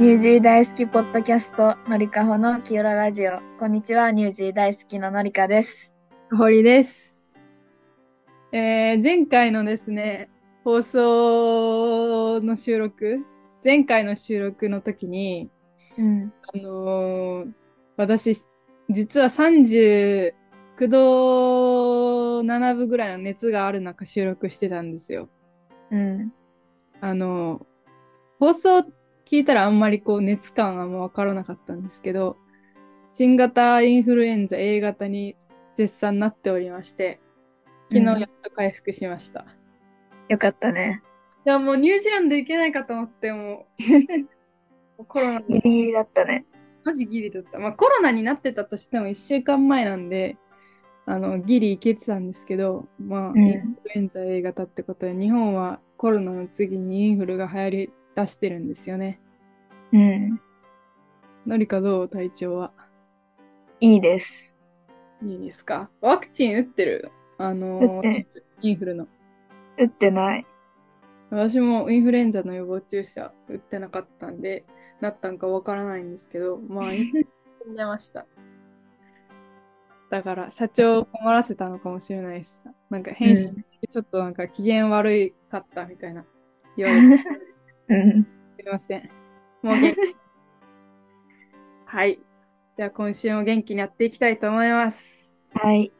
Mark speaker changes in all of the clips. Speaker 1: ニュージー大好きポッドキャスト、のりかほのきよらラジオ。こんにちは、ニュージー大好きののりかです。
Speaker 2: 堀です。えー前回のですね、放送の収録、前回の収録の時に、
Speaker 1: うん。
Speaker 2: あのー私、実は39度7分ぐらいの熱がある中収録してたんですよ。
Speaker 1: うん。
Speaker 2: あのー放送聞いたらあんまりこう熱感はもうわからなかったんですけど、新型インフルエンザ A 型に絶賛なっておりまして、
Speaker 1: う
Speaker 2: 昨日
Speaker 1: ん
Speaker 2: やっと回復しました。い
Speaker 1: よかったね。
Speaker 2: や、もうニュージーランド行けないかと思 って、もうコロナ
Speaker 1: ギリ
Speaker 2: に、
Speaker 1: ギリだったね。
Speaker 2: マジギリだった。まあコロナになってたとしても1週間前なんで、あの、ギリ行けてたんですけど、まあ、
Speaker 1: うん
Speaker 2: インフルエンザ A 型ってことで、日本はコロナの次にインフルが流行り出してるんですよね。
Speaker 1: うん。
Speaker 2: のりかどう体調は。
Speaker 1: いいです。
Speaker 2: いいですかワクチン打ってるあの
Speaker 1: 打ってる
Speaker 2: インフルの。
Speaker 1: 打ってない。
Speaker 2: 私もインフルエンザの予防注射打ってなかったんで、なったんかわからないんですけど、まあ、インフルエンザ死んでました。だから、社長を困らせたのかもしれないです。なんか、返信、ちょっとなんか機嫌悪いかったみたいな。言われて
Speaker 1: うん。
Speaker 2: すいません。もう元気はい。では、今週も元気にやっていきたいと思います。
Speaker 1: はい。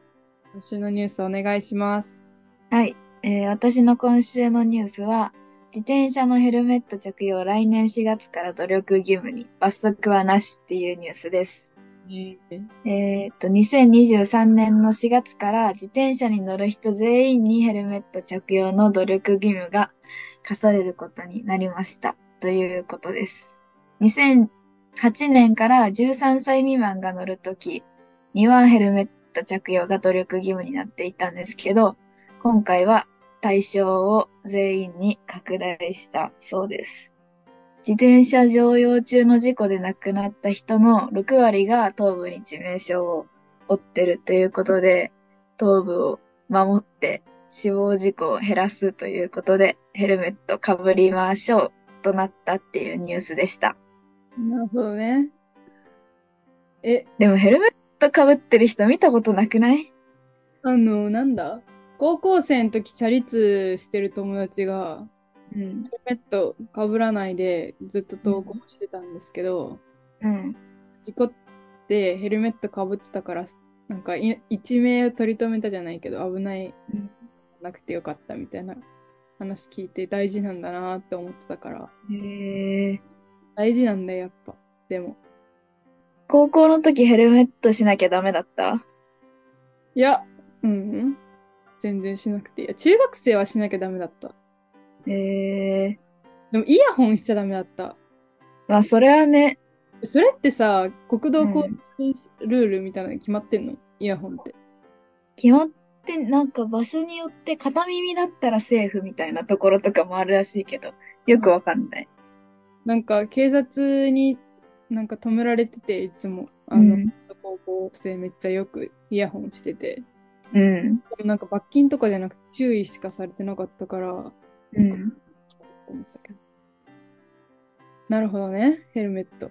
Speaker 2: 今週のニュースお願いします。
Speaker 1: はい。えー私の今週のニュースは、自転車のヘルメット着用来年4月から努力義務に罰則はなしっていうニュースです。
Speaker 2: えー
Speaker 1: えーっと、2023年の4月から自転車に乗る人全員にヘルメット着用の努力義務が課されることになりました。ということです。2008年から13歳未満が乗るときにはヘルメット着用が努力義務になっていたんですけど、今回は対象を全員に拡大したそうです。自転車乗用中の事故で亡くなった人の6割が頭部に致命傷を負ってるということで、頭部を守って死亡事故を減らすということで、ヘルメットかぶりましょうとなったっていうニュースでした。
Speaker 2: なるほどね。え、
Speaker 1: でもヘルメットかぶってる人見たことなくない
Speaker 2: あの、なんだ高校生の時チャリ通してる友達が
Speaker 1: うん。
Speaker 2: ヘルメットかぶらないでずっと登校してたんですけど、
Speaker 1: うん。
Speaker 2: 事故ってヘルメットかぶってたから、なんかい一命を取り留めたじゃないけど危ない、
Speaker 1: うん
Speaker 2: なくてよかったみたいな話聞いて大事なんだなって思ってたから、
Speaker 1: へー
Speaker 2: 大事なんだよ、やっぱ。でも。
Speaker 1: 高校の時ヘルメットしなきゃダメだった
Speaker 2: いや、うん、うん。全然しなくていい。いや中学生はしなきゃダメだった。
Speaker 1: へえ。
Speaker 2: でもイヤホンしちゃダメだった。
Speaker 1: まあそれはね、
Speaker 2: それってさ、国土交
Speaker 1: うん
Speaker 2: 通ルールみたいなの決まってんの、イヤホンって。
Speaker 1: 決まって、なんか場所によって片耳だったらセーフみたいなところとかもあるらしいけど、よくわかんない。
Speaker 2: なんか警察になんか止められてて、いつも。あ
Speaker 1: う
Speaker 2: の、
Speaker 1: ん。
Speaker 2: 高校生めっちゃよくイヤホンしてて。
Speaker 1: うん。
Speaker 2: でもなんか罰金とかじゃなくて注意しかされてなかったから、
Speaker 1: うん。
Speaker 2: 思ってたけど。なるほどね、ヘルメット
Speaker 1: い。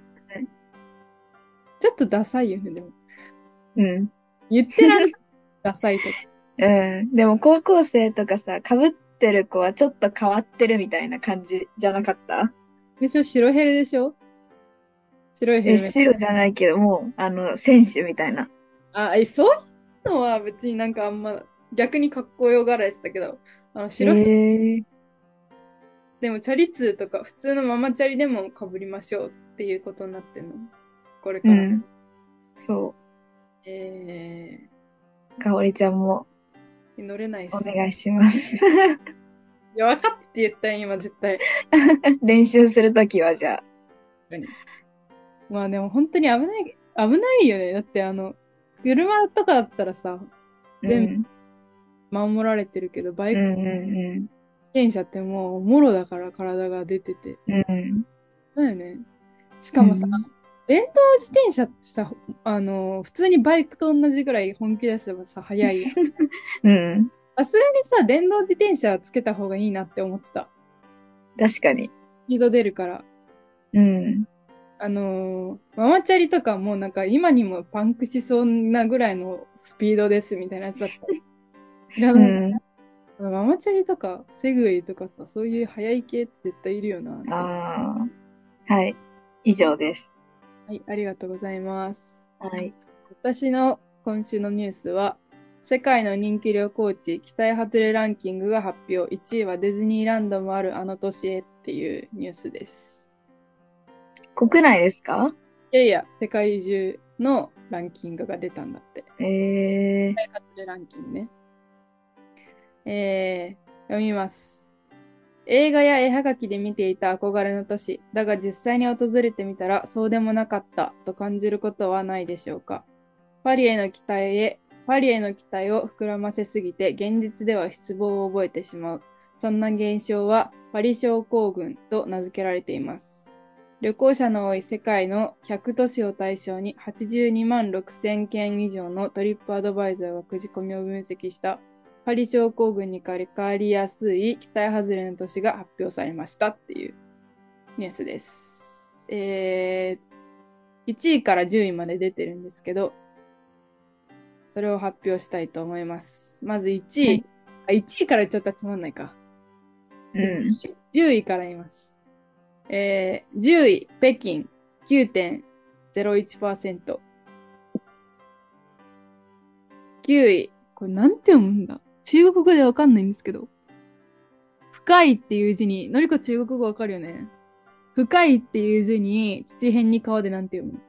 Speaker 2: ちょっとダサいよね、でも。
Speaker 1: うん。
Speaker 2: 言ってられないダサいとか。
Speaker 1: うん。でも高校生とかさ、被ってる子はちょっと変わってるみたいな感じじゃなかった
Speaker 2: でしょ白ヘルでしょ白いヘ
Speaker 1: え、
Speaker 2: ルメット。
Speaker 1: 白じゃないけど、もう、あの、選手みたいな。
Speaker 2: あ、え、そういうのは別になんかあんま、逆にかっこよがられてたけど、あの白い、
Speaker 1: へえ。
Speaker 2: でもチャリ通とか普通のママチャリでもかぶりましょうっていうことになってんの。これか
Speaker 1: う
Speaker 2: ら。
Speaker 1: ん。そ
Speaker 2: え
Speaker 1: う。かおりちゃんも
Speaker 2: ー、乗れないし。
Speaker 1: お願いします。
Speaker 2: いや、分かってて言ったよ、今絶対。
Speaker 1: 練習するときはじゃあ。
Speaker 2: まあでも本当に危ない、危ないよね。だってあの、車とかだったらさ、全部守られてるけど、バイ
Speaker 1: うん
Speaker 2: ク、
Speaker 1: うんう
Speaker 2: 自転車ってもう、もろだから体が出てて。
Speaker 1: んうん。うん。
Speaker 2: だよね。しかもさ、
Speaker 1: うん
Speaker 2: 電動自転車ってさ、あの、普通にバイクと同じぐらい本気出せばさ、速 いやん。さ
Speaker 1: うん。
Speaker 2: すがにさ、電動自転車はつけた方がいいなって思ってた。
Speaker 1: 確かに。
Speaker 2: スピード出るから。
Speaker 1: うん。
Speaker 2: あのーママチャリとかもなんか今にもパンクしそうなぐらいのスピードですみたいなやつだ った。いうや
Speaker 1: ん。
Speaker 2: ママチャリとかセグウェイとかさ、そういう速い系って絶対いるよな。は
Speaker 1: ああ。はい。以上です。
Speaker 2: い、ありがとうございます。
Speaker 1: はい。
Speaker 2: 私の今週のニュースは、世界の人気旅行地期待外れランキングが発表、1位はディズニーランドもあるあの年へっていうニュースです。
Speaker 1: 国内ですか
Speaker 2: いやいや、世界中のランキングが出たんだって。
Speaker 1: ええ
Speaker 2: 開発ランキングね。えー、読みます。映画や絵はがきで見ていた憧れの都市、だが実際に訪れてみたらそうでもなかったと感じることはないでしょうか。パリへの期待へ、パリへの期待を膨らませすぎて現実では失望を覚えてしまう。そんな現象はパリ症候群と名付けられています。旅行者の多い世界の100都市を対象に82万6000件以上のトリップアドバイザーがくじ込みを分析したパリ症候群にかかりやすい期待外れの都市が発表されましたっていうニュースです。えー、1位から10位まで出てるんですけど、それを発表したいと思います。まず1位。
Speaker 1: はい
Speaker 2: あ、1位から言っちゃったらつまんないか。
Speaker 1: うん。
Speaker 2: 10位から言います。えー、10位、北京、9.01%。9位、これなんて読むんだ中国語でわかんないんですけど。深いっていう字に、のりこ中国語わかるよね。深いっていう字に、土辺に川でなんて読む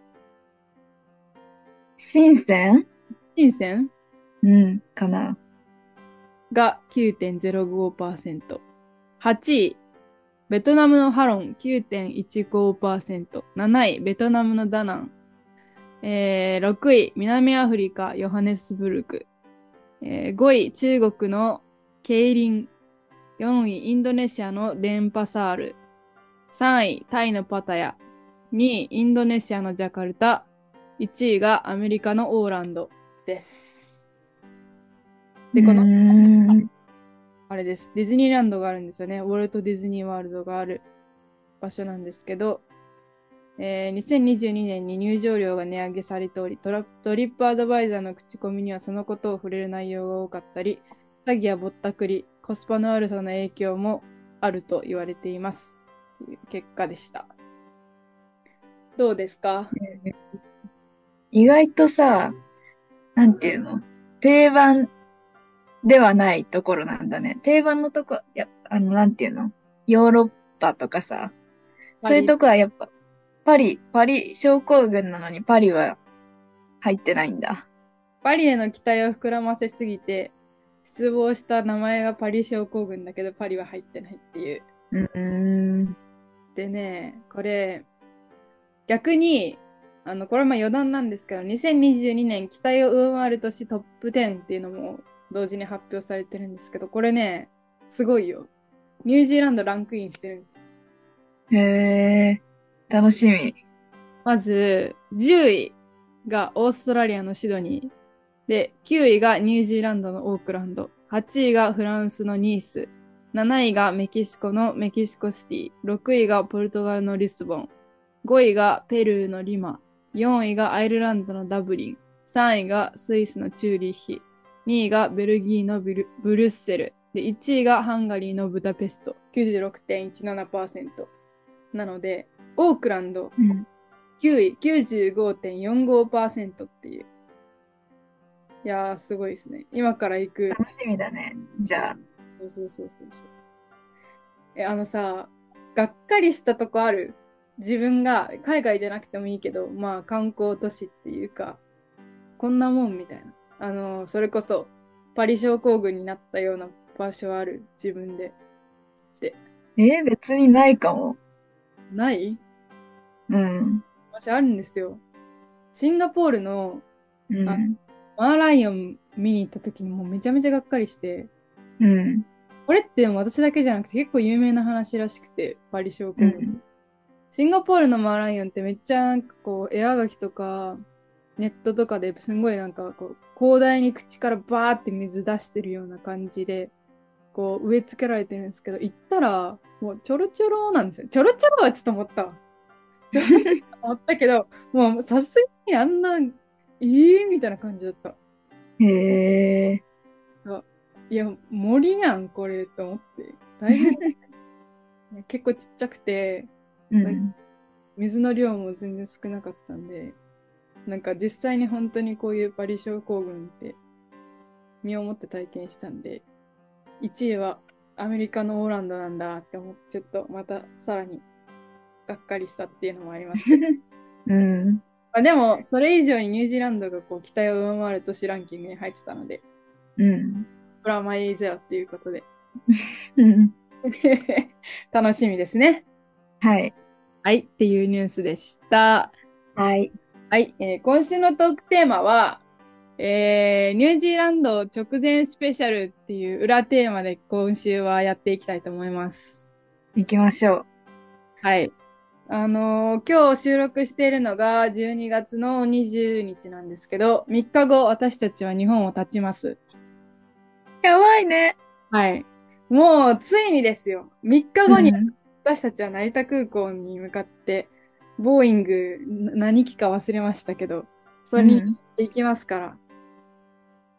Speaker 1: 深セン
Speaker 2: 深鮮
Speaker 1: うん。かな。
Speaker 2: が9.05%。8位、ベトナムのハロン9.15%。7位、ベトナムのダナン。えー6位、南アフリカ、ヨハネスブルク。えー5位、中国のケイリン。4位、インドネシアのデンパサール。3位、タイのパタヤ。2位、インドネシアのジャカルタ。1位がアメリカのオーランドです。で、この
Speaker 1: うーん。
Speaker 2: あれです。ディズニーランドがあるんですよね。ウォルト・ディズニー・ワールドがある場所なんですけど、えー2022年に入場料が値上げされておりトラ、トリップアドバイザーの口コミにはそのことを触れる内容が多かったり、詐欺やぼったくり、コスパの悪さの影響もあると言われています。という結果でした。どうですか
Speaker 1: 意外とさ、なんていうの定番ではないところなんだね。定番のとこ、いや、あの、なんていうのヨーロッパとかさ、そういうとこはやっぱ、パリ、パリ症候群なのにパリは入ってないんだ。
Speaker 2: パリへの期待を膨らませすぎて、失望した名前がパリ症候群だけど、パリは入ってないっていう。
Speaker 1: うーん。
Speaker 2: でね、これ、逆に、あの、これはまあ余談なんですけど、2022年期待を上回る年トップ10っていうのも同時に発表されてるんですけど、これね、すごいよ。ニュージーランドランクインしてるんですよ。
Speaker 1: へえ、楽しみ。
Speaker 2: まず、10位がオーストラリアのシドニー。で、9位がニュージーランドのオークランド。8位がフランスのニース。7位がメキシコのメキシコシティ。6位がポルトガルのリスボン。5位がペルーのリマ。4位がアイルランドのダブリン。3位がスイスのチューリッヒ。2位がベルギーのブルブリュッセル。で、1位がハンガリーのブダペスト。96.17%。なので、オークランド、
Speaker 1: うん。
Speaker 2: 9位、95.45%っていう。いやー、すごいですね。今から行く。
Speaker 1: 楽しみだね。じゃあ。
Speaker 2: そうそうそうそうそう。え、あのさ、がっかりしたとこある自分が、海外じゃなくてもいいけど、まあ観光都市っていうか、こんなもんみたいな。あの、それこそ、パリ症候群になったような場所ある自分で。
Speaker 1: え、別にないかも。
Speaker 2: ない
Speaker 1: うん。
Speaker 2: 私あるんですよ。シンガポールの
Speaker 1: う
Speaker 2: あ
Speaker 1: ん。
Speaker 2: マーライオン見に行った時にもうめちゃめちゃがっかりして、
Speaker 1: うん。
Speaker 2: これってでも私だけじゃなくて結構有名な話らしくて、パリ症候
Speaker 1: う
Speaker 2: 群。
Speaker 1: ん。
Speaker 2: シンガポールのマーライオンってめっちゃなんかこう、絵はがきとか、ネットとかですんごいなんかこう、広大に口からバーって水出してるような感じで、こう植え付けられてるんですけど、行ったら、もうちょろちょろなんですよ。ちょろちょろはちょっと思ったわ。ちょっとあったけど、もうさすがにあんな、えー、みたいな感じだった。
Speaker 1: へえ。
Speaker 2: いや、森やん、これ、と思って。大変いや結構ちっちゃくて、
Speaker 1: うん。
Speaker 2: 水の量も全然少なかったんで、なんか実際に本当にこういうバリ症候群って、身をもって体験したんで、1位はアメリカのオーランドなんだって思って、ちょっとまたさらにがっかりしたっていうのもあります けど。
Speaker 1: うん。
Speaker 2: まあ、でも、それ以上にニュージーランドがこう期待を上回る都市ランキングに入ってたので、
Speaker 1: うん。
Speaker 2: プラマイゼロっていうことで、
Speaker 1: うん。
Speaker 2: 楽しみですね。
Speaker 1: はい。
Speaker 2: はい、っていうニュースでした。
Speaker 1: はい。
Speaker 2: はい、えー今週のトークテーマは、えーニュージーランド直前スペシャルっていう裏テーマで今週はやっていきたいと思います。
Speaker 1: 行きましょう。
Speaker 2: はい。あのー今日収録しているのが12月の20日なんですけど、3日後私たちは日本を立ちます。
Speaker 1: やばいね。
Speaker 2: はい。もうついにですよ。3日後に
Speaker 1: うん
Speaker 2: 私たちは成田空港に向かって、ボーイングな何機か忘れましたけど、それに行っていきますから。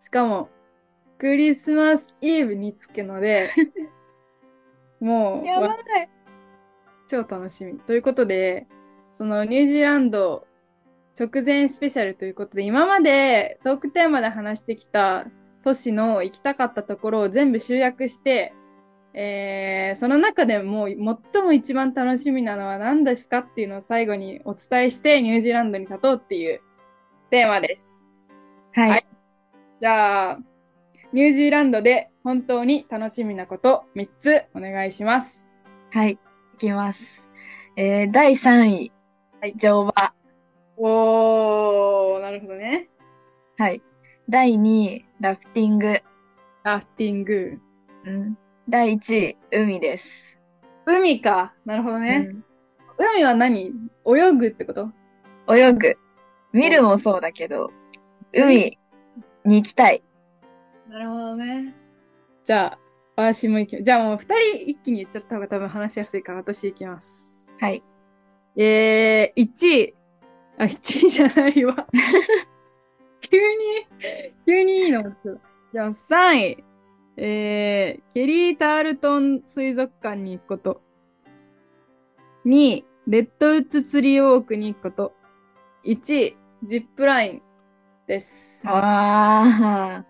Speaker 2: しかも、クリスマスイブに着くの で、もう
Speaker 1: やばい。
Speaker 2: 超楽しみ。ということで、そのニュージーランド直前スペシャルということで、今までトークテーマで話してきた都市の行きたかったところを全部集約して、えーその中でもう最も一番楽しみなのは何ですかっていうのを最後にお伝えしてニュージーランドに立とうっていうテーマです。
Speaker 1: は
Speaker 2: はいい。じゃあ、ニュージーランドで本当に楽しみなこと3つお願いします。
Speaker 1: はい。行きます。えー、第3位。
Speaker 2: はい
Speaker 1: 乗馬。
Speaker 2: おー、なるほどね。
Speaker 1: はい。第2位、ラフティング。
Speaker 2: ラフティング。
Speaker 1: うん。第1位、海です。
Speaker 2: 海か。なるほどね。海は何泳ぐってこと
Speaker 1: うん泳ぐ。見るもそうだけど、海に行きたい。
Speaker 2: なるほどね。じゃあ、私も行きじゃあもう二人一気に言っちゃった方が多分話しやすいから私行きます。
Speaker 1: はい。
Speaker 2: えー、1位。あ、1位じゃないわ。 急に、急にいいのもつ。じゃあ3位。えー、ケリー・タールトン水族館に行くこと。2位、レッドウッズ釣りウォークに行くこと。1位、ジップラインです。
Speaker 1: わあ。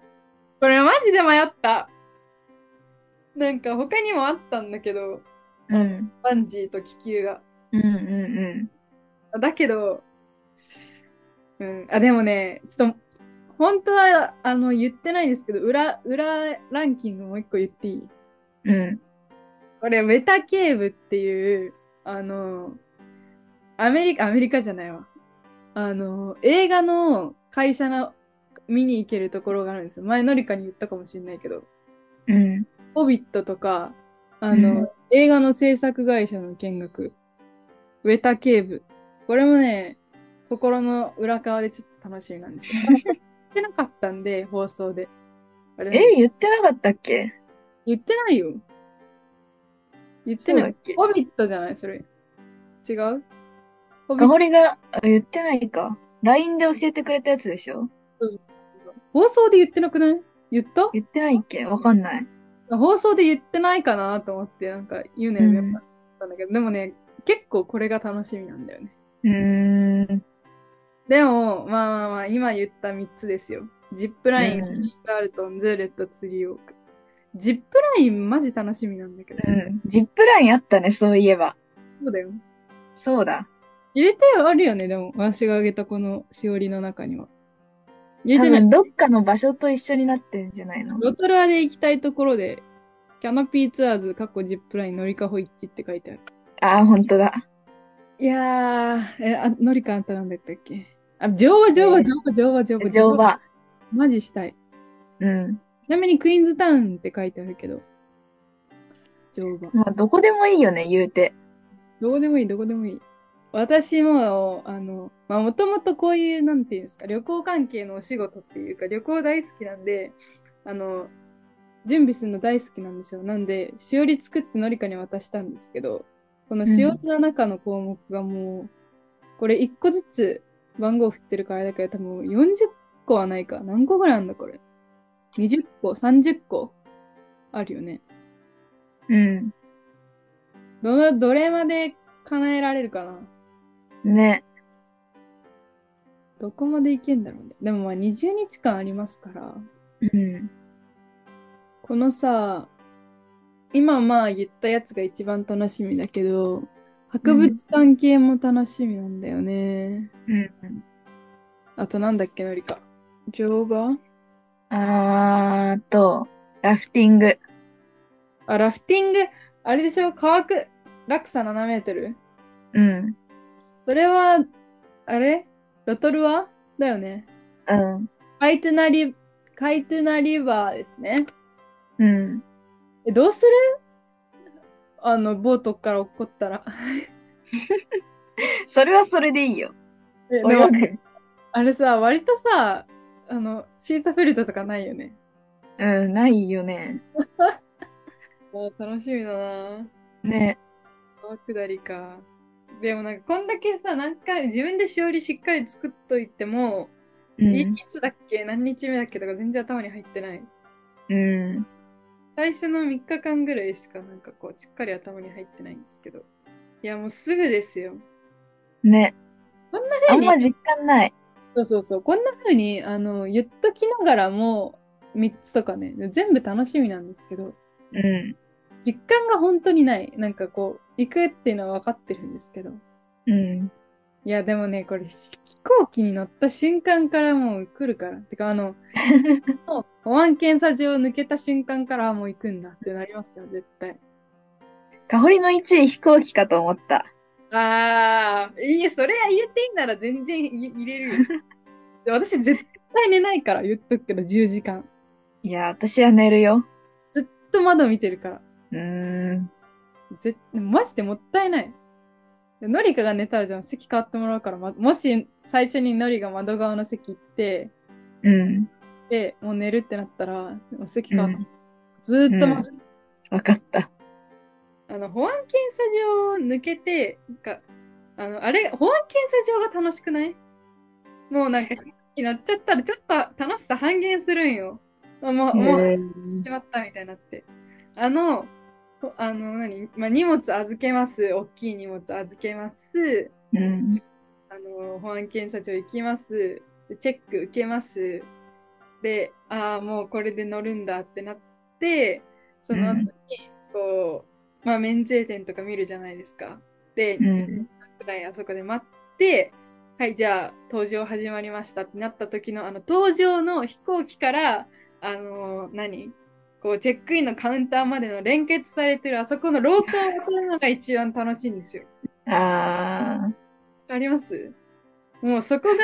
Speaker 2: これマジで迷った。なんか他にもあったんだけど、
Speaker 1: うん。
Speaker 2: バンジーと気球が。
Speaker 1: うんうん
Speaker 2: だけど、うん、あ、でもね、ちょっと、本当は、あの、言ってないんですけど、裏、裏ランキングもう一個言っていい
Speaker 1: うん。うん。
Speaker 2: これ、メタケーブっていう、あの、アメリカ、アメリカじゃないわ。あの、映画の会社の見に行けるところがあるんですよ。前、のりかに言ったかもしれないけど、
Speaker 1: うん。
Speaker 2: ホビットとか、あの、
Speaker 1: うん
Speaker 2: 映画の制作会社の見学、ウェタケーブ。これもね、心の裏側でちょっと楽しみなん ですよ。言ってなかったんで、放送で。あれ
Speaker 1: え、言ってなかったっけ
Speaker 2: 言ってないよ。言って
Speaker 1: そう
Speaker 2: な
Speaker 1: だ
Speaker 2: い
Speaker 1: っ。け
Speaker 2: ホビットじゃないそれ。違う
Speaker 1: か
Speaker 2: ホビット
Speaker 1: ほりが、あ言ってないか。LINE で教えてくれたやつでしょ
Speaker 2: 放送で言ってなくない言った
Speaker 1: 言ってないっけわかんない。
Speaker 2: 放送で言ってないかなと思って、なんか言うのやめようかなと思ったんだけど、でもね、結構これが楽しみなんだよね。
Speaker 1: うーん。
Speaker 2: でも、まあまあまあ、今言った3つですよ。ジップライ
Speaker 1: う
Speaker 2: ン、
Speaker 1: ん
Speaker 2: リーガールトン、ズーレット、釣りウォーク。ジップライン、マジ楽しみなんだけど。
Speaker 1: うん。ジップラインあったね、そういえば。
Speaker 2: そうだよ。
Speaker 1: そうだ。
Speaker 2: 入れてあるよね、でも。私が挙げたこのしおりの中には。入
Speaker 1: 多
Speaker 2: れてない。
Speaker 1: 分どっかの場所と一緒になってんじゃないの
Speaker 2: ロトルアで行きたいところで、キャノピーツアーズ、カッコジップライン、ノリカホイッチって書いてある。
Speaker 1: ああ、ほんとだ。
Speaker 2: いやー、え、あ、ノリカあんたなんだったっけあ、乗馬、乗馬、
Speaker 1: えー
Speaker 2: 乗馬、乗馬、乗馬。
Speaker 1: 乗。馬。
Speaker 2: マジしたい。
Speaker 1: うん。
Speaker 2: ちなみにクイーンズタウンって書いてあるけど。乗馬。
Speaker 1: まあ、どこでもいいよね、言うて。
Speaker 2: どこでもいい、どこでもいい。私も、あの、まあ、もともとこういう、なんていうんですか、旅行関係のお仕事っていうか、旅行大好きなんで、あの、準備するの大好きなんですよ。なんで、しおり作ってのりかに渡したんですけど、このしおりの中の項目がもう、これ1個ずつ番号振ってるからあれだけど、多分40個はないか。何個ぐらいあるんだ、これ。20個、30個あるよね。
Speaker 1: うん。
Speaker 2: どの、どれまで叶えられるかな
Speaker 1: ね。
Speaker 2: どこまでいけんだろうね。でもまあ20日間ありますから、
Speaker 1: うん。
Speaker 2: このさ、今まあ言ったやつが一番楽しみだけど、博物館系も楽しみなんだよね。
Speaker 1: うん。
Speaker 2: あとなんだっけ、のりか。乗馬
Speaker 1: あーと、ラフティング。
Speaker 2: あ、ラフティング、あれでしょ乾く、落差7メートル
Speaker 1: うん。
Speaker 2: それは、あれロトルワだよね。
Speaker 1: うん。
Speaker 2: カイトゥナリ、カイトゥナリバーですね。
Speaker 1: うん。
Speaker 2: え、どうするあの、ボートから落っこったら。
Speaker 1: それはそれでいいよ。
Speaker 2: えでも
Speaker 1: 泳ぐ。
Speaker 2: あれさ、割とさ、あの、シートフェルトとかないよね。
Speaker 1: うん、ないよね。
Speaker 2: わあ楽しみだな
Speaker 1: ね。
Speaker 2: 川下りか。でもなんか、こんだけさ、何回、自分でしおりしっかり作っといても、
Speaker 1: う
Speaker 2: い
Speaker 1: ん。
Speaker 2: つだっけ何日目だっけとか全然頭に入ってない。
Speaker 1: うん。
Speaker 2: 最初の3日間ぐらいしかなんかこう、しっかり頭に入ってないんですけど。いや、もうすぐですよ。
Speaker 1: ね。
Speaker 2: そん
Speaker 1: あんま実感ない。
Speaker 2: そうそうそう。こんな風に、あの、言っときながらも、3つとかね、全部楽しみなんですけど、
Speaker 1: うん。
Speaker 2: 実感が本当にない。なんかこう、行くっていうのは分かってるんですけど。
Speaker 1: うん。
Speaker 2: いや、でもね、これ、飛行機に乗った瞬間からもう来るから。てか、あ の、もう保安検査場を抜けた瞬間から、あもう行くんだってなりますよ、絶対。
Speaker 1: かほりの1位飛行機かと思った。
Speaker 2: ああ、いや、それ言っていいなら全然入 れるよ。で私、絶対寝ないから、言っとくけど、10時間。
Speaker 1: いや、私は寝るよ。
Speaker 2: ずっと窓見てるから。
Speaker 1: うーん。
Speaker 2: ぜマジでもったいない。ノリカが寝たらじゃん、席変わってもらうから、ま、もし最初にノリが窓側の席行って、
Speaker 1: うん。
Speaker 2: で、もう寝るってなったら、もう席変わった。ずーっと窓、
Speaker 1: わかった。
Speaker 2: あの、保安検査場を抜けて、なんか、あの、あれ、保安検査場が楽しくないもうなんか、飛行機乗っちゃったらちょっと楽しさ半減するんよ。あもう、もう、
Speaker 1: へ
Speaker 2: しまったみたいになって。あの、ほあの、何、まあ、荷物預けます。大きい荷物預けます。
Speaker 1: ーうん。
Speaker 2: あの、保安検査庁行きます。でチェック受けます。で、ああ、もうこれで乗るんだってなって、その後に
Speaker 1: うん、
Speaker 2: こう、まあ、免税店とか見るじゃないですか。で、
Speaker 1: うん
Speaker 2: くらいあそこで待って、はい、じゃあ、搭乗始まりましたってなった時の、あの、搭乗の飛行機から、あの何こう、チェックインのカウンターまでの連結されてる、あそこの廊下を渡るのが一番楽しいんですよ。
Speaker 1: あ
Speaker 2: ありますもうそこが、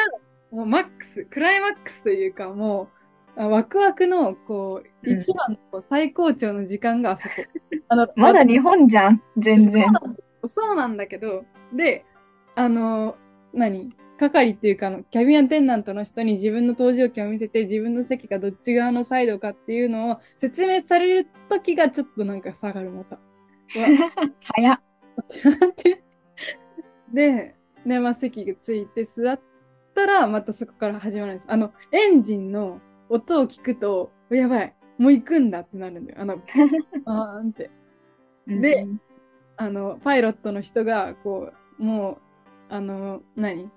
Speaker 2: もうマックス、クライマックスというか、もう、あワクワクの、こう、
Speaker 1: うん
Speaker 2: 一番のこう最高潮の時間があそこ。 あの
Speaker 1: ー、まだ日本じゃん。全然。
Speaker 2: そうなんだけど、で、あの、何係っていうかあの、キャビンアテンダントの人に自分の搭乗券を見せて、自分の席がどっち側のサイドかっていうのを説明されるときがちょっとなんか下がる、 また。
Speaker 1: 早っ。
Speaker 2: って で、ね、まあ、席がついて座ったら、またそこから始まるんです。あの、エンジンの音を聞くと、おやばい、もう行くんだってなるんだよ。あの、あーんって。で
Speaker 1: うん、
Speaker 2: あの、パイロットの人が、こう、もう、あの、何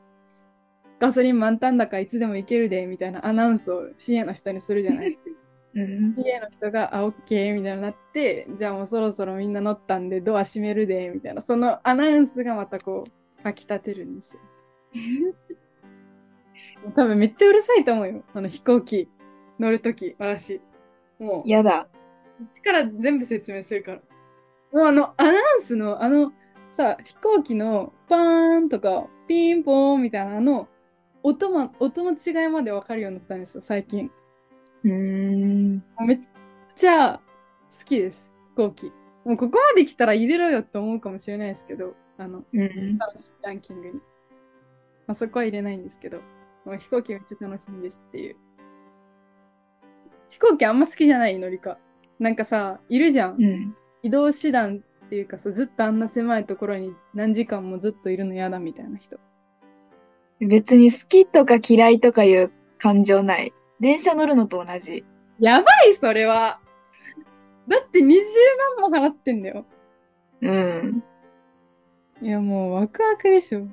Speaker 2: ガソリン満タンだからいつでも行けるで、みたいなアナウンスを CA の人にするじゃない。
Speaker 1: うん。
Speaker 2: CA の人が、あ、オッケーみたいになって、じゃあもうそろそろみんな乗ったんでドア閉めるで、みたいな、そのアナウンスがまたこう、かき立てるんですよ。多分めっちゃうるさいと思うよ。あの飛行機乗るとき、私。もう、
Speaker 1: やだ。
Speaker 2: 一から全部説明するから。もうあの、アナウンスの、あの、さ、飛行機のパーンとか、ピンポーンみたいな、あの、音ま、音の違いまでわかるようになったんですよ、最近。
Speaker 1: うーん。
Speaker 2: もうめっちゃ好きです、飛行機。もうここまで来たら入れろよって思うかもしれないですけど、あの、
Speaker 1: うん。
Speaker 2: 楽しみランキングに。まあ、そこは入れないんですけど、まあ、飛行機めっちゃ楽しみですっていう。飛行機あんま好きじゃないのりか。なんかさ、いるじゃん。
Speaker 1: うん。
Speaker 2: 移動手段っていうかさ、ずっとあんな狭いところに何時間もずっといるの嫌だみたいな人。
Speaker 1: 別に好きとか嫌いとかいう感情ない。電車乗るのと同じ。
Speaker 2: やばい、それは。だって20万も払ってんだよ。
Speaker 1: うん。
Speaker 2: いや、もうワクワクでしょ。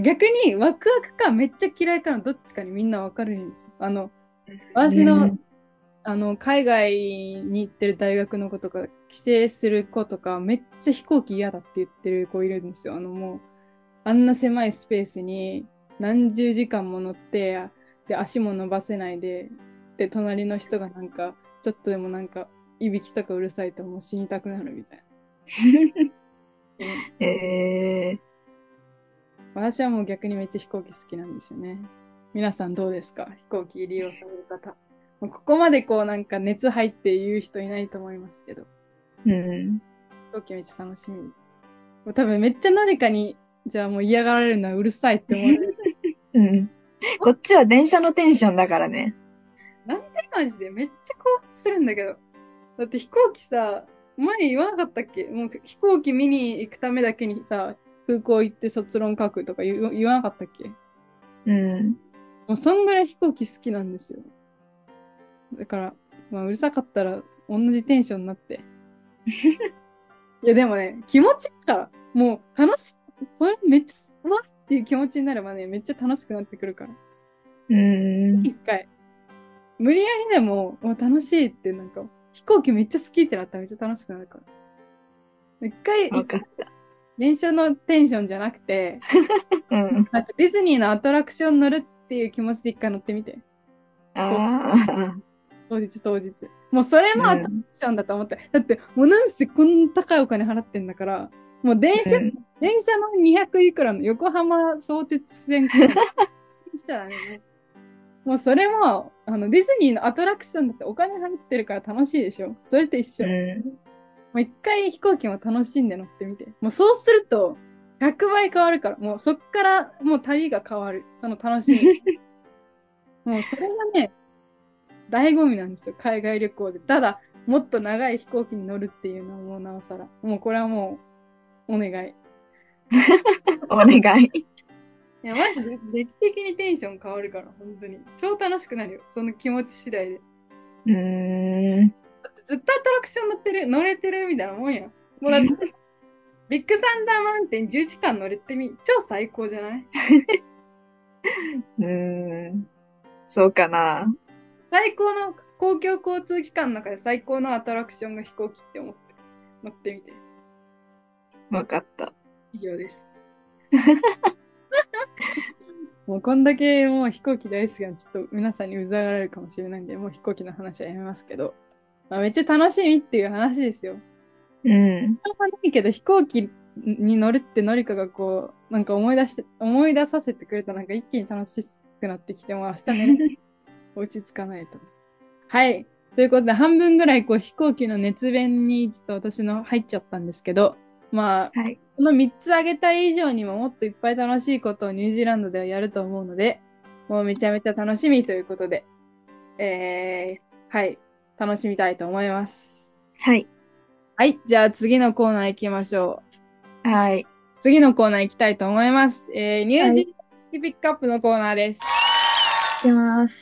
Speaker 2: 逆に、ワクワクかめっちゃ嫌いかのどっちかにみんなわかるんですよ。あの、私の、
Speaker 1: うん
Speaker 2: あの、海外に行ってる大学の子とか、帰省する子とか、めっちゃ飛行機嫌だって言ってる子いるんですよ。あの、もう、あんな狭いスペースに何十時間も乗って、で、足も伸ばせないで、で、隣の人がなんか、ちょっとでもなんか、いびきとかうるさいともう死にたくなるみたいな。
Speaker 1: えー、
Speaker 2: 私はもう逆にめっちゃ飛行機好きなんですよね。皆さんどうですか飛行機利用される方。もうここまでこうなんか熱入って言う人いないと思いますけど、
Speaker 1: うん。
Speaker 2: 飛行機めっちゃ楽しみです。もう多分めっちゃのりかに、じゃあもう嫌がられるのはうるさいって思われる。
Speaker 1: うん。こっちは電車のテンションだからね。
Speaker 2: マジでめっちゃ興奮するんだけど。だって飛行機さ、前言わなかったっけもう飛行機見に行くためだけにさ、空港行って卒論書くとか言う言わなかったっけ
Speaker 1: うん。
Speaker 2: もうそんぐらい飛行機好きなんですよ。だから、まあ、うるさかったら同じテンションになって。いやでもね、気持ちいいから、もう楽しい、これめっちゃ、うわっっていう気持ちになればね、めっちゃ楽しくなってくるから。
Speaker 1: うん。
Speaker 2: 一回。無理やりでも、もう楽しいってなんか、飛行機めっちゃ好きってなったらめっちゃ楽しくなるから。一回、
Speaker 1: わかった。
Speaker 2: 練習のテンションじゃなくて、
Speaker 1: うん。
Speaker 2: なんかディズニーのアトラクション乗るっていう気持ちで一回乗ってみて。
Speaker 1: ああ。
Speaker 2: 当日当日。もうそれもアトラク
Speaker 1: うん
Speaker 2: ションだと思って。だって、もうなんせこんな高いお金払ってんだから、もう電車、
Speaker 1: うん
Speaker 2: 電車の200いくらの横浜相鉄線くらいしちゃダメね。もうそれも、あの、ディズニーのアトラクションだってお金払ってるから楽しいでしょ。それと一緒。も
Speaker 1: う
Speaker 2: う一回飛行機も楽しんで乗ってみて。もうそうすると、100倍変わるから、もうそっからもう旅が変わる。その楽しみ。 もうそれがね、醍醐味なんですよ、海外旅行で。ただ、もっと長い飛行機に乗るっていうのはもうなおさら。もうこれはもう、お願い。
Speaker 1: ん。お願い。
Speaker 2: いや、マジで劇的にテンション変わるから、本当に。超楽しくなるよ、その気持ち次第で。
Speaker 1: うん。
Speaker 2: だってずっとアトラクション乗ってる、乗れてるみたいなもんや。もうだって、ビッグサンダーマウンテン10時間乗れてみ、超最高じゃない
Speaker 1: うん。そうかな。
Speaker 2: 最高の公共交通機関の中で最高のアトラクションが飛行機って思って、乗ってみて。
Speaker 1: わかった。
Speaker 2: 以上です。もうこんだけもう飛行機大好きなんでちょっと皆さんにうざがられるかもしれないんで、もう飛行機の話はやめますけど、まあ、めっちゃ楽しみっていう話ですよ。
Speaker 1: うん。
Speaker 2: しょうがないけど飛行機に乗るってのりかがこう、なんか思い出して、思い出させてくれたなんか一気に楽しくなってきて、もう明日寝 れない落ち着かないと。はい。ということで、半分ぐらいこう飛行機の熱弁にちょっと私の入っちゃったんですけど、まあ、
Speaker 1: はい。
Speaker 2: この3つ挙げた以上にももっといっぱい楽しいことをニュージーランドではやると思うので、もうめちゃめちゃ楽しみということで、えー、はい、楽しみたいと思います。
Speaker 1: はい。
Speaker 2: はい、じゃあ次のコーナー行きましょ
Speaker 1: はい。
Speaker 2: う。次のコーナー行きたいと思います。えー、ニュージーランド好きピックアップのコーナーです。
Speaker 1: いきます。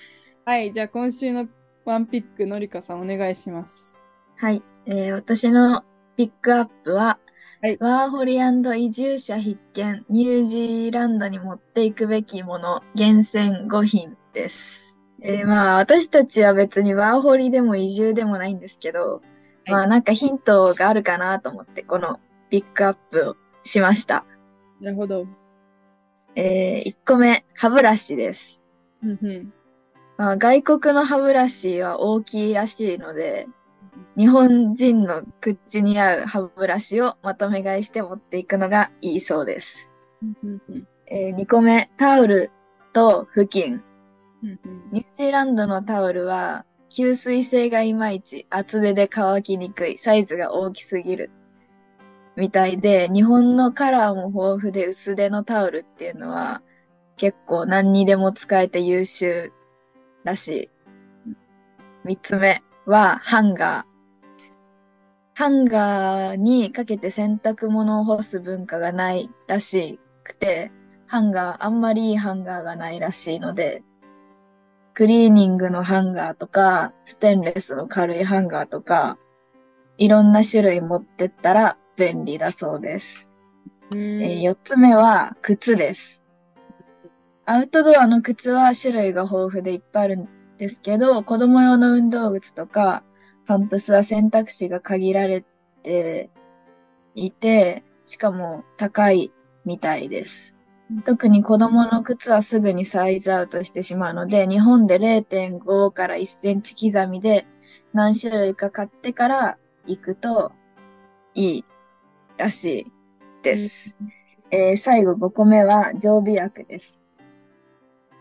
Speaker 2: はい、じゃあ今週のワンピックのりかさんお願いします。
Speaker 1: はい。えー私のピックアップは、
Speaker 2: はい
Speaker 1: ワーホリ移住者必見、ニュージーランドに持っていくべきもの、厳選5品です。えーまあ、私たちは別にワーホリでも移住でもないんですけど、
Speaker 2: い
Speaker 1: まあ、なんかヒントがあるかなと思って、このピックアップをしました。
Speaker 2: なるほど。
Speaker 1: え1個目、歯ブラシです。
Speaker 2: うんうん。
Speaker 1: まあ、外国の歯ブラシは大きいらしいので、日本人の口に合う歯ブラシをまとめ買いして持っていくのがいいそうです。
Speaker 2: うんうんうん。
Speaker 1: え2個目、タオルと布巾。
Speaker 2: うんうん。
Speaker 1: ニュージーランドのタオルは、吸水性がいまいち、厚手で乾きにくい、サイズが大きすぎる。みたいで、日本のカラーも豊富で薄手のタオルっていうのは、結構何にでも使えて優秀らしい。三つ目は、ハンガー。ハンガーにかけて洗濯物を干す文化がないらしくて、ハンガー、あんまりいいハンガーがないらしいので、クリーニングのハンガーとか、ステンレスの軽いハンガーとか、いろんな種類持ってったら便利だそうです。
Speaker 2: う
Speaker 1: え
Speaker 2: ん
Speaker 1: ー4つ目は靴です。アウトドアの靴は種類が豊富でいっぱいあるんですけど、子供用の運動靴とかパンプスは選択肢が限られていて、しかも高いみたいです。特に子供の靴はすぐにサイズアウトしてしまうので、日本で0.5から1センチ刻みで何種類か買ってから行くといいらしいです。えー最後5個目は常備薬です。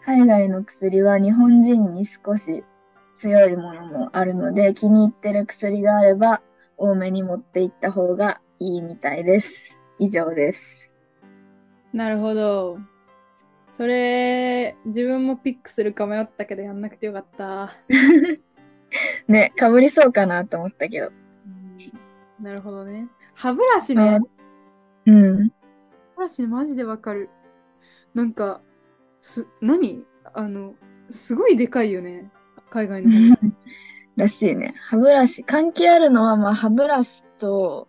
Speaker 1: 海外の薬は日本人に少し強いものもあるので、気に入ってる薬があれば多めに持っていった方がいいみたいです。以上です。
Speaker 2: なるほど。それ、自分もピックするか迷ったけど、やんなくてよかった。
Speaker 1: ね、被りそうかなと思ったけど。
Speaker 2: なるほどね。歯ブラシね。
Speaker 1: あうん。
Speaker 2: 歯ブラシマジでわかる。なんか、す、何あの、すごいでかいよね。海外の方
Speaker 1: らしいね。歯ブラシ。関係あるのは、まあ、歯ブラシと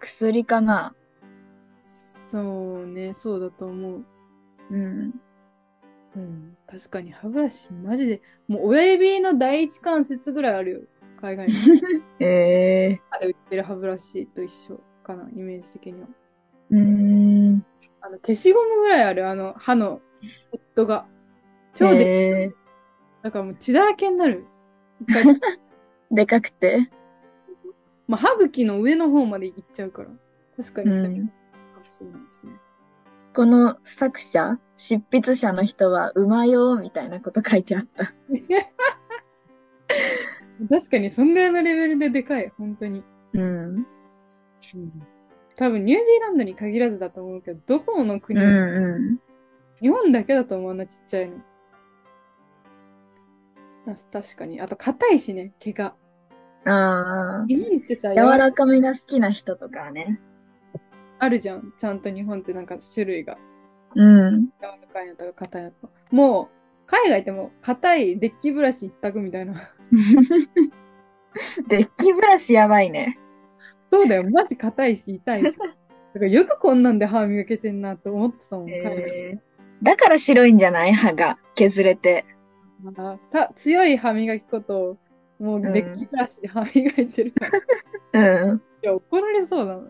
Speaker 1: 薬かな。
Speaker 2: そうね、そうだと思う。
Speaker 1: うん。
Speaker 2: うん、確かに歯ブラシマジで、もう親指の第一関節ぐらいあるよ。海外の。
Speaker 1: え
Speaker 2: 中で売ってる歯ブラシと一緒かな、イメージ的には。
Speaker 1: ー。うーん。
Speaker 2: あの消しゴムぐらいある、あの歯のヘッドが。超で、
Speaker 1: えー
Speaker 2: だからもう血だらけになる。
Speaker 1: でかくて。
Speaker 2: まあ、歯茎の上の方まで行っちゃうから。確かにそれか
Speaker 1: うん
Speaker 2: もしれないですね。
Speaker 1: この作者、執筆者の人は、馬よみたいなこと書いてあった。
Speaker 2: 確かにそんぐらいのレベルででかい、本当に。
Speaker 1: うん。
Speaker 2: 多分ニュージーランドに限らずだと思うけど、どこの
Speaker 1: う
Speaker 2: 国
Speaker 1: ん
Speaker 2: も、
Speaker 1: う
Speaker 2: 日本だけだと思うあんなちっちゃいの。あ確かに。あと、硬いしね、毛が。
Speaker 1: ん。ああ。
Speaker 2: 日本ってさ、
Speaker 1: 柔らかめが好きな人とかね。
Speaker 2: あるじゃん。ちゃんと日本ってなんか種類が。
Speaker 1: うん。
Speaker 2: 柔らかいのとか硬いのとか。もう、海外ってもう硬いデッキブラシ一択みたいな。
Speaker 1: デッキブラシやばいね。
Speaker 2: そうだよ。マジ硬いし痛 いし。だからよくこんなんで歯磨けてんなって思ってたもん。海外
Speaker 1: えーだから白いんじゃない歯が削れて。
Speaker 2: あた強い歯磨き粉と、もうデッキブラシで歯磨いてるから。い
Speaker 1: うん。
Speaker 2: や、怒られそうだな。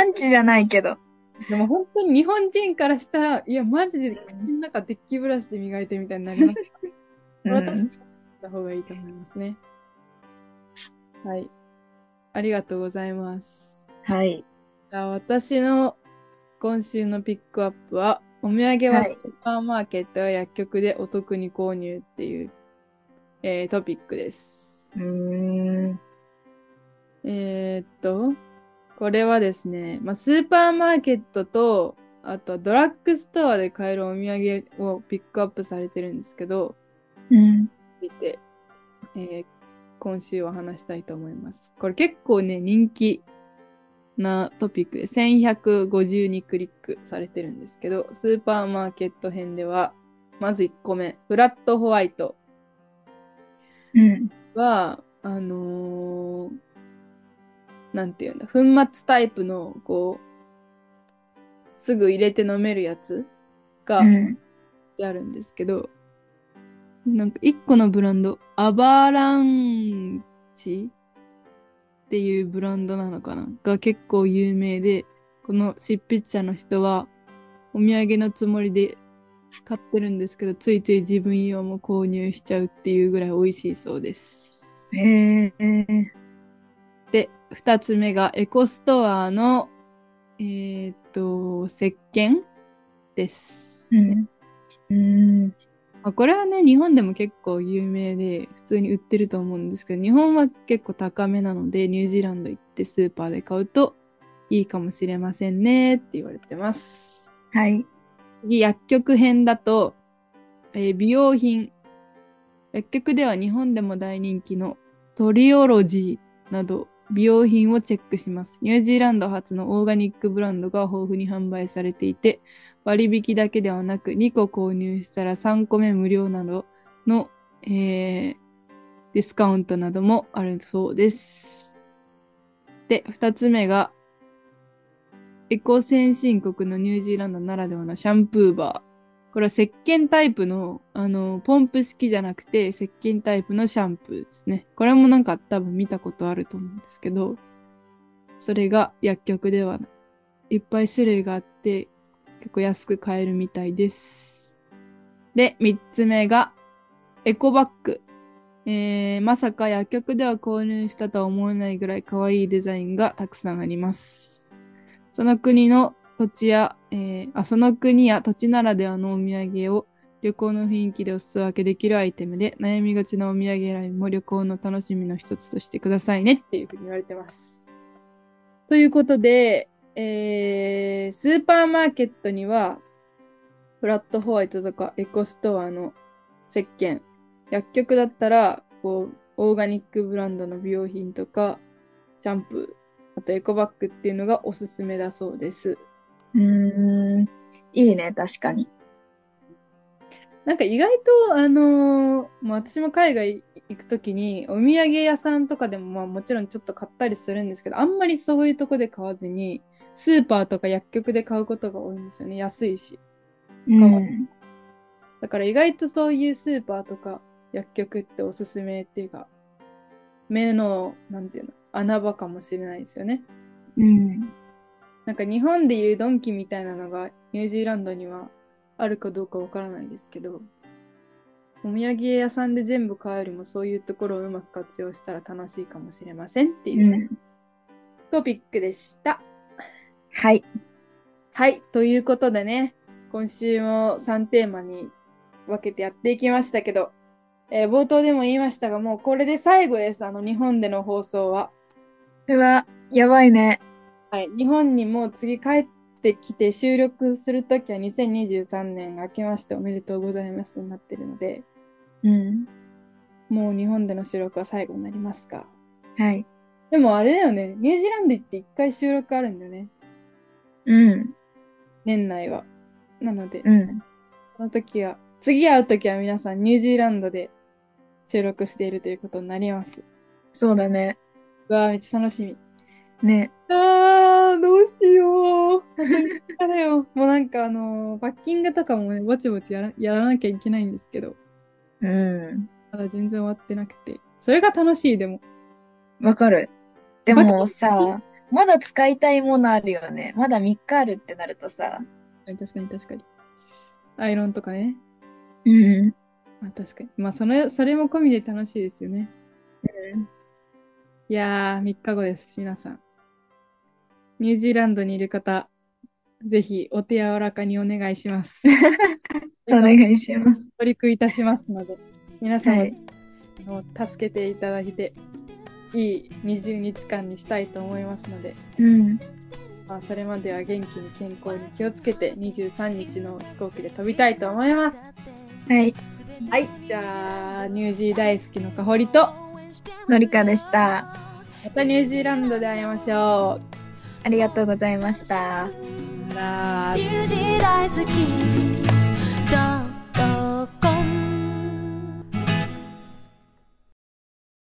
Speaker 1: アンチじゃないけど。
Speaker 2: でも本当に日本人からしたら、いや、マジで口の中デッキブラシで磨いてみたいになります。こ
Speaker 1: う
Speaker 2: れは確かに
Speaker 1: ん、
Speaker 2: た方がいいと思いますね。はい。ありがとうございます。
Speaker 1: はい。
Speaker 2: じゃあ私の今週のピックアップは、お土産は
Speaker 1: は
Speaker 2: ス
Speaker 1: い
Speaker 2: ーパーマーケットや薬局でお得に購入っていう、えートピックです。
Speaker 1: うーん。
Speaker 2: えーっと、これはですね、まあ、スーパーマーケットと、あとはドラッグストアで買えるお土産をピックアップされてるんですけど、
Speaker 1: うん。
Speaker 2: について、えー今週は話したいと思います。これ結構ね、人気なトピックで、1152クリックされてるんですけど、スーパーマーケット編では、まず1個目、フラットホワイト
Speaker 1: うん。
Speaker 2: は、あのーなんていうんだ、粉末タイプの、こう、すぐ入れて飲めるやつが、
Speaker 1: うん。
Speaker 2: ってあるんですけど、なんか一個のブランド、アバランチっていうブランドなのかなが結構有名で、この執筆者の人はお土産のつもりで買ってるんですけど、ついつい自分用も購入しちゃうっていうぐらい美味しいそうです。
Speaker 1: へえ。
Speaker 2: で、二つ目がエコストアの、えーっと、石鹸です。
Speaker 1: うん。うん。
Speaker 2: まあ、これはね、日本でも結構有名で、普通に売ってると思うんですけど、日本は結構高めなので、ニュージーランド行ってスーパーで買うといいかもしれませんねって言われてます。
Speaker 1: はい。
Speaker 2: 次、薬局編だと、えー美容品。薬局では日本でも大人気のトリオロジーなど美容品をチェックします。ニュージーランド発のオーガニックブランドが豊富に販売されていて、割引だけではなく、2個購入したら3個目無料などの、えーディスカウントなどもあるそうです。で、2つ目が、エコ先進国のニュージーランドならではのシャンプーバー。これは石鹸タイプの、あの、ポンプ式じゃなくて、石鹸タイプのシャンプーですね。これもなんか多分見たことあると思うんですけど、それが薬局ではない。いっぱい種類があって、結構安く買えるみたいです。で、3つ目が、エコバッグ。えー、まさか薬局では購入したとは思えないぐらい可愛いデザインがたくさんあります。その国の土地や、えーあ、その国や土地ならではのお土産を旅行の雰囲気でお裾分けできるアイテムで、悩みがちなお土産選びも旅行の楽しみの一つとしてくださいねっていうふうに言われてます。ということで、えー、スーパーマーケットには、フラットホワイトとかエコストアの石鹸、薬局だったら、こう、オーガニックブランドの美容品とか、シャンプー、あとエコバッグっていうのがおすすめだそうです。
Speaker 1: うーん。いいね、確かに。
Speaker 2: なんか意外と、あのーまあ、私も海外行くときに、お土産屋さんとかでも、まあ、もちろんちょっと買ったりするんですけど、あんまりそういうとこで買わずに、スーパーとか薬局で買うことが多いんですよね。安いし。
Speaker 1: うん。
Speaker 2: だから意外とそういうスーパーとか薬局っておすすめっていうか、目の、なんていうの、穴場かもしれないですよね。
Speaker 1: うん。
Speaker 2: なんか日本でいうドンキみたいなのがニュージーランドにはあるかどうかわからないですけど、お土産屋さんで全部買うよりもそういうところをうまく活用したら楽しいかもしれませんって
Speaker 1: う。
Speaker 2: いうんトピックでした。
Speaker 1: はい。
Speaker 2: はい、ということでね、今週も3テーマに分けてやっていきましたけど、えー冒頭でも言いましたが、もうこれで最後です、あの日本での放送は。
Speaker 1: うわ、やばいね。
Speaker 2: はい、日本にもう次帰ってきて収録するときは2023年明けましておめでとうございますになってるので、
Speaker 1: うん。
Speaker 2: もう日本での収録は最後になりますが。
Speaker 1: はい。
Speaker 2: でもあれだよね、ニュージーランド行って1回収録あるんだよね、
Speaker 1: うん。
Speaker 2: 年内は。なので、
Speaker 1: うん。
Speaker 2: その時は、次会う時は皆さんニュージーランドで収録しているということになります。
Speaker 1: そうだね。
Speaker 2: うわーめっちゃ楽しみ。
Speaker 1: ね。
Speaker 2: あー、どうし よう。あれよ。もうなんかあのーバッキングとかもね、ぼちぼちやらやらなきゃいけないんですけど、
Speaker 1: うん。
Speaker 2: まだ全然終わってなくて。それが楽しい、でも。
Speaker 1: わかる。で
Speaker 2: わか
Speaker 1: も
Speaker 2: る
Speaker 1: さ、まだ使いたいものあるよね。まだ3日あるってなるとさ。
Speaker 2: 確かに確かに。アイロンとかね。
Speaker 1: うん。
Speaker 2: まあ確かに。まあその、それも込みで楽しいですよね。いやー、3日後です、皆さん。ニュージーランドにいる方、ぜひお手柔らかにお願いします。
Speaker 1: お願いします。
Speaker 2: お取り組いいたしますので、皆さ
Speaker 1: は
Speaker 2: んも
Speaker 1: い。
Speaker 2: あの助けていただいて、いい20日間にしたいと思いますので、
Speaker 1: うん。
Speaker 2: まあ、それまでは元気に健康に気をつけて、23日の飛行機で飛びたいと思います。
Speaker 1: はい。
Speaker 2: はい、じゃあ、ニュージー大好きのかほりと、
Speaker 1: のりかでした。
Speaker 2: またニュージーランドで会いましょ
Speaker 1: ありがとうございました。
Speaker 2: う。さよなら
Speaker 3: ニュージー大好き